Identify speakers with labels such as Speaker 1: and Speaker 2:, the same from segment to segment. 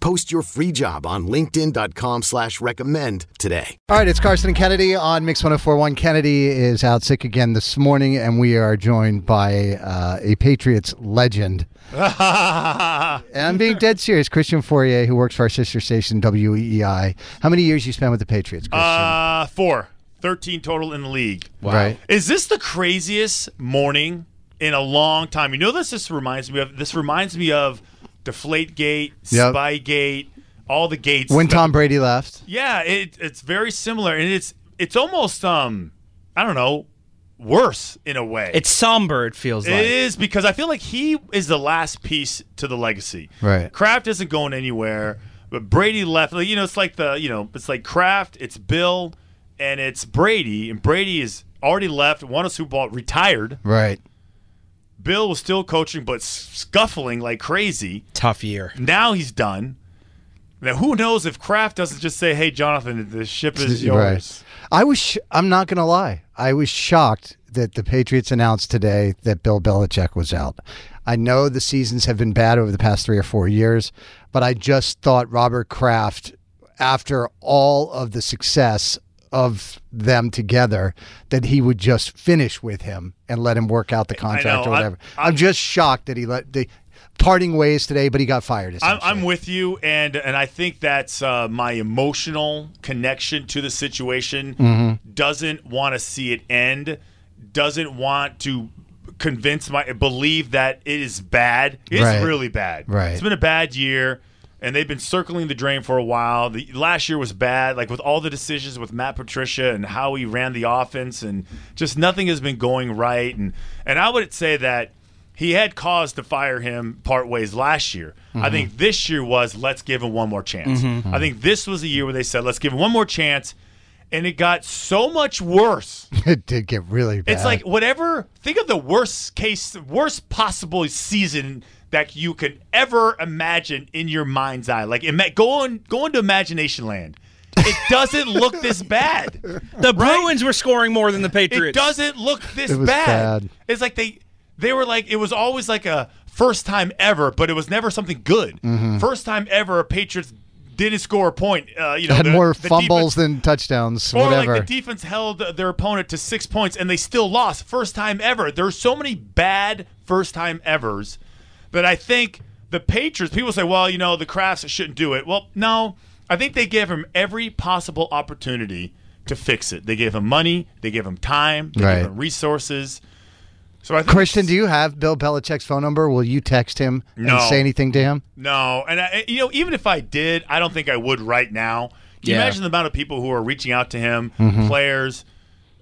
Speaker 1: Post your free job on linkedin.com slash recommend today.
Speaker 2: All right, it's Carson and Kennedy on Mix 1041. Kennedy is out sick again this morning, and we are joined by uh, a Patriots legend. and I'm being dead serious. Christian Fourier, who works for our sister station, WEEI. How many years you spent with the Patriots, Christian?
Speaker 3: Uh, four. 13 total in the league.
Speaker 2: Right.
Speaker 3: Is this the craziest morning in a long time? You know this this reminds me of this reminds me of Deflategate,
Speaker 2: Yep.
Speaker 3: Spygate, all the gates.
Speaker 2: When
Speaker 3: that-
Speaker 2: Tom Brady left.
Speaker 3: Yeah, it, it's very similar and it's it's almost um I don't know, worse in a way.
Speaker 4: It's somber. It feels
Speaker 3: It
Speaker 4: like.
Speaker 3: is because I feel like he is the last piece to the legacy.
Speaker 2: Right.
Speaker 3: Kraft isn't going anywhere, but Brady left. Like, you know, it's like the you know, it's like Kraft, it's Bill, and it's Brady, and Brady is already left, won a Super Bowl, retired.
Speaker 2: Right.
Speaker 3: Bill was still coaching, but s- scuffling like crazy.
Speaker 4: Tough year.
Speaker 3: Now he's done. Now who knows if Kraft doesn't just say, "Hey, Jonathan, the ship is yours."
Speaker 2: I was. Sh- I'm not going to lie. I was shocked that the Patriots announced today that Bill Belichick was out. I know the seasons have been bad over the past three or four years, but I just thought Robert Kraft, after all of the success of them together, that he would just finish with him and let him work out the contract or
Speaker 3: I-
Speaker 2: whatever. I, am just shocked that he let the parting ways today, but he got fired.
Speaker 3: I'm,
Speaker 2: essentially.
Speaker 3: I'm with you, and and I think that's uh, my emotional connection to the situation.
Speaker 2: Mm-hmm.
Speaker 3: Doesn't want to see it end. Doesn't want to convince my believe that it is bad. It's
Speaker 2: Right.
Speaker 3: really bad.
Speaker 2: Right.
Speaker 3: It's been a bad year, and they've been circling the drain for a while. The last year was bad, like with all the decisions with Matt Patricia and how he ran the offense, and just nothing has been going right. And and I would say that he had cause to fire him part ways last year. I think this year was let's give him one more chance. I think this was the year where they said let's give him one more chance, and it got so much worse.
Speaker 2: it did get really bad.
Speaker 3: It's like whatever. Think of the worst case, worst possible season that you could ever imagine in your mind's eye. Like ima- go on, go into imagination land. It doesn't look this bad.
Speaker 4: The Bruins were scoring more than the Patriots.
Speaker 3: It doesn't look this
Speaker 2: It was
Speaker 3: bad.
Speaker 2: bad.
Speaker 3: It's like they they were like it was always like a first time ever, but it was never something good.
Speaker 2: Mm-hmm.
Speaker 3: First time ever, Patriots didn't score a point. Uh, you know,
Speaker 2: had
Speaker 3: the-
Speaker 2: more
Speaker 3: the
Speaker 2: fumbles
Speaker 3: defense-
Speaker 2: than touchdowns.
Speaker 3: or
Speaker 2: whatever.
Speaker 3: like the defense held their opponent to six points and they still lost. First time ever. There's so many bad first time evers that I think the Patriots, people say, well, you know, the crafts shouldn't do it. Well, no. I think they gave him every possible opportunity to fix it. They gave him money, they gave him time, they
Speaker 2: Right.
Speaker 3: gave him resources. So I think
Speaker 2: Christian, do you have Bill Belichick's phone number? Will you text him
Speaker 3: No.
Speaker 2: and say anything to him?
Speaker 3: No, and I, you know, even if I did, I don't think I would right now. Can you
Speaker 4: Yeah.
Speaker 3: imagine the amount of people who are reaching out to him, players,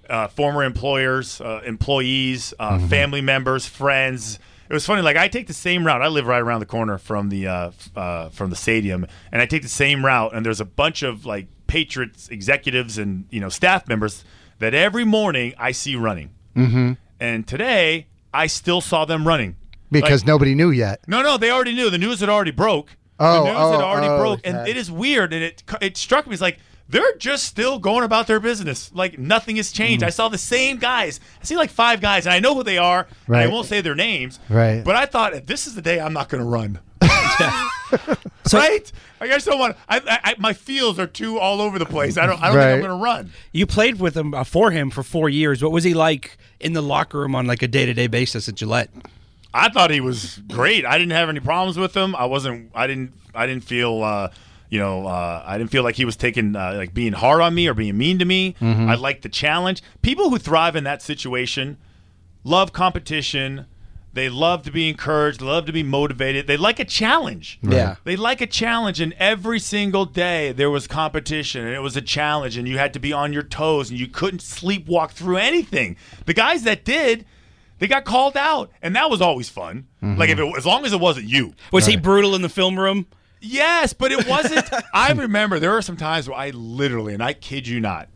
Speaker 3: uh, former employers, uh, employees, uh, family members, friends. It was funny. Like I take the same route. I live right around the corner from the uh, f- uh, from the stadium, and I take the same route. And there's a bunch of like Patriots executives and you know staff members that every morning I see running. Mm-hmm. And today I still saw them running.
Speaker 2: Because nobody knew yet.
Speaker 3: No, no, they already knew. The news had already broke.
Speaker 2: Oh,
Speaker 3: the news
Speaker 2: oh,
Speaker 3: had already
Speaker 2: oh,
Speaker 3: broke, and
Speaker 2: okay.
Speaker 3: it is weird. And it it struck me as like they're just still going about their business. Like nothing has
Speaker 2: Mm.
Speaker 3: changed. I saw the same guys. I see like five guys, and I know who they are.
Speaker 2: Right.
Speaker 3: And I won't say their names.
Speaker 2: Right.
Speaker 3: But I thought this is the day I'm not going to run. right? Like, I just don't want. I, I, I my feels are too all over the place. I don't. I don't
Speaker 2: Right.
Speaker 3: think I'm going to run.
Speaker 4: You played with him uh, for him for four years. What was he like in the locker room on like a day to day basis at Gillette?
Speaker 3: I thought he was great. I didn't have any problems with him. I wasn't. I didn't. I didn't feel uh, you know, uh, I didn't feel like he was taking uh, like being hard on me or being mean to me. I liked the challenge. People who thrive in that situation love competition. They love to be encouraged. Love to be motivated. They like a challenge.
Speaker 4: Yeah.
Speaker 3: They like a challenge, and every single day there was competition, and it was a challenge, and you had to be on your toes, and you couldn't sleepwalk through anything. The guys that did, they got called out, and that was always fun. Like if it, as long as it wasn't you.
Speaker 4: Was he brutal in the film room?
Speaker 3: Yes, but it wasn't. I remember there were some times where I literally, and I kid you not,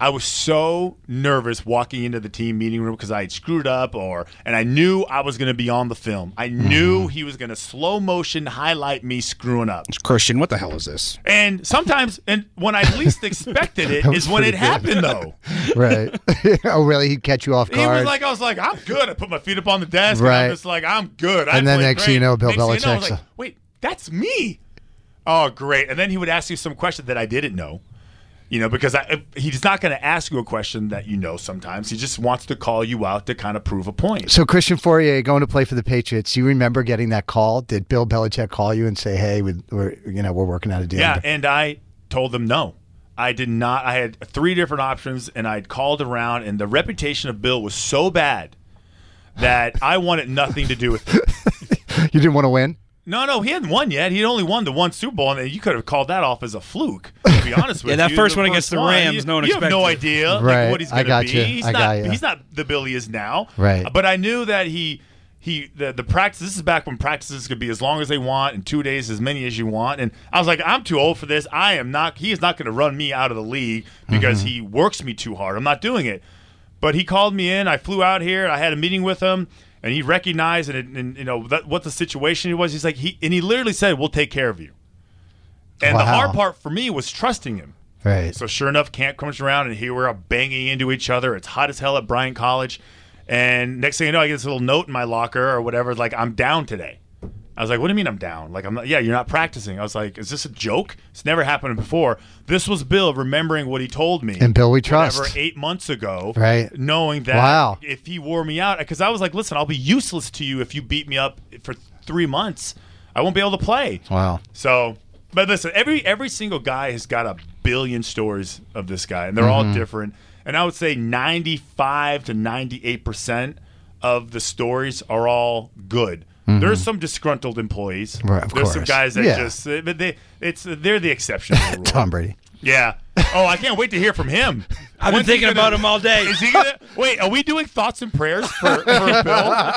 Speaker 3: I was so nervous walking into the team meeting room because I had screwed up, or and I knew I was going to be on the film. I
Speaker 4: Mm-hmm.
Speaker 3: knew he was going to slow motion highlight me screwing up.
Speaker 4: Christian, what the hell is this?
Speaker 3: And sometimes, and when I least expected it, is when it happened. Though
Speaker 2: Right. oh, really? He'd catch you off
Speaker 3: he was
Speaker 2: guard.
Speaker 3: like, I was like, I'm good. I put my feet up on the desk. and
Speaker 2: Right.
Speaker 3: I'm just like, I'm good. I
Speaker 2: And then
Speaker 3: played
Speaker 2: next thing you
Speaker 3: great."
Speaker 2: know, Bill
Speaker 3: Next thing you know, I was
Speaker 2: Belichick's
Speaker 3: like,
Speaker 2: a-
Speaker 3: Wait, that's me. Oh, great. And then he would ask you some question that I didn't know. You know, because I, he's not going to ask you a question that you know. Sometimes he just wants to call you out to kind of prove a point.
Speaker 2: so Christian Fourier going to play for the Patriots. You remember getting that call? Did Bill Belichick call you and say, "Hey, we, we're you know we're working out a deal"?
Speaker 3: Yeah, and I told them no. I did not. I had three different options, and I'd called around, and the reputation of Bill was so bad that I wanted nothing to do with it.
Speaker 2: You didn't want to win.
Speaker 3: No, no, he hadn't won yet. He'd only won the one Super Bowl, and you could have called that off as a fluke. To be honest with
Speaker 4: Yeah, that
Speaker 3: you,
Speaker 4: first
Speaker 3: The
Speaker 4: one against the Rams,
Speaker 3: you-
Speaker 4: no one
Speaker 3: you have no
Speaker 4: expected.
Speaker 3: idea like,
Speaker 2: Right,
Speaker 3: what he's
Speaker 2: I
Speaker 3: going to
Speaker 2: got
Speaker 3: be.
Speaker 2: you,
Speaker 3: He's
Speaker 2: I
Speaker 3: not.
Speaker 2: got you.
Speaker 3: He's not the Bill he is now.
Speaker 2: Right.
Speaker 3: But I knew that he. He the, the practice this is back when practices could be as long as they want and two days as many as you want and I was like I'm too old for this I am not he is not going to run me out of the league because
Speaker 2: Mm-hmm.
Speaker 3: he works me too hard I'm not doing it but he called me in. I flew out here. I had a meeting with him, and he recognized and, and you know that, what the situation was. He's like he and he literally said, "We'll take care of you." And the
Speaker 2: Wow.
Speaker 3: hard part for me was trusting him.
Speaker 2: Right.
Speaker 3: So sure enough, camp comes around, and here we are banging into each other. It's hot as hell at Bryan College, and next thing you know, I get this little note in my locker or whatever, like I'm down today. I was like, "What do you mean I'm down? Like I'm not? Yeah, you're not practicing." I was like, "Is this a joke? It's never happened before." This was Bill remembering what he told me.
Speaker 2: And Bill we
Speaker 3: whatever,
Speaker 2: trust.
Speaker 3: eight months ago,
Speaker 2: Right.
Speaker 3: Knowing that
Speaker 2: Wow.
Speaker 3: if he wore me out, because I was like, listen, I'll be useless to you if you beat me up for three months. I won't be able to play.
Speaker 2: Wow.
Speaker 3: So, but listen, every every single guy has got a billion stories of this guy, and they're all
Speaker 2: Mm-hmm.
Speaker 3: different. And I would say ninety five to ninety eight percent of the stories are all good. There's some disgruntled employees.
Speaker 2: Mm-hmm. Right, of
Speaker 3: There's some
Speaker 2: course.
Speaker 3: guys that
Speaker 2: Yeah.
Speaker 3: just, but they, it's they're the exception. to the rule.
Speaker 2: Tom Brady.
Speaker 3: Yeah. Oh, I can't wait to hear from him.
Speaker 4: I've been
Speaker 3: When's he
Speaker 4: thinking
Speaker 3: gonna-
Speaker 4: about him all day.
Speaker 3: Is he gonna, wait, are we doing thoughts and prayers for, for Bill?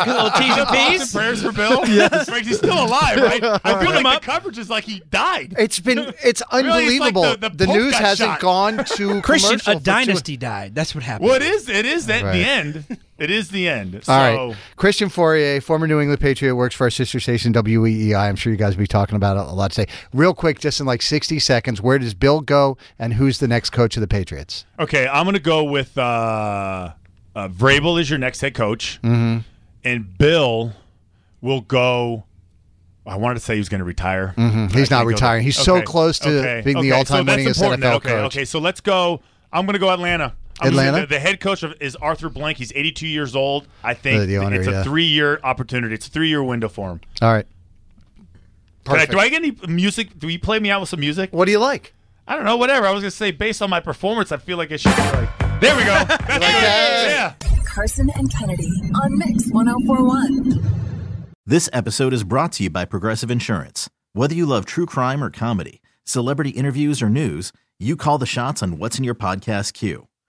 Speaker 4: little tease and
Speaker 3: Thoughts and
Speaker 4: tease?
Speaker 3: prayers for Bill? yes. he's still alive, right? I feel like the coverage is like he died.
Speaker 2: It's been it's
Speaker 3: Really, it's like
Speaker 2: unbelievable.
Speaker 3: the- the Pope
Speaker 2: news
Speaker 3: got
Speaker 2: hasn't
Speaker 3: shot.
Speaker 2: gone to
Speaker 4: Christian,
Speaker 2: commercial
Speaker 4: a
Speaker 2: for two-
Speaker 4: dynasty died. That's what happened.
Speaker 3: well, it is. It is at
Speaker 2: Right.
Speaker 3: the end. It is the end. So,
Speaker 2: All right, Christian Fourier, former New England Patriot, works for our sister station WEEI. I'm sure you guys will be talking about it a lot today. Real quick, just in like 60 seconds, where does Bill go, and who's the next coach of the Patriots?
Speaker 3: Okay, I'm going to go with uh, uh, Vrabel is your next head coach,
Speaker 4: Mm-hmm.
Speaker 3: and Bill will go. I wanted to say he was going to retire.
Speaker 4: Mm-hmm.
Speaker 3: but
Speaker 2: He's
Speaker 3: I
Speaker 2: not
Speaker 3: can't go
Speaker 2: retiring.
Speaker 3: there.
Speaker 2: He's so close to being the all-time
Speaker 3: that's
Speaker 2: winningest
Speaker 3: important.
Speaker 2: NFL
Speaker 3: okay,
Speaker 2: coach.
Speaker 3: Okay, so let's go. I'm going to go Atlanta. I'm gonna-
Speaker 2: Atlanta?
Speaker 3: The, the head coach of, is Arthur Blank. He's 82 years old. I
Speaker 2: Uh,
Speaker 3: think
Speaker 2: the owner,
Speaker 3: it's a
Speaker 2: yeah.
Speaker 3: three-year opportunity. It's a three-year window for him.
Speaker 2: All right.
Speaker 3: Can I- do I get any music? Do you play me out with some music?
Speaker 2: What do you like?
Speaker 3: I don't know, whatever. I was gonna say based on my performance, I feel like it should be like There we go. That's good. Yeah.
Speaker 5: Carson and Kennedy on Mix 1041.
Speaker 6: This episode is brought to you by Progressive Insurance. Whether you love true crime or comedy, celebrity interviews or news, you call the shots on what's in your podcast queue.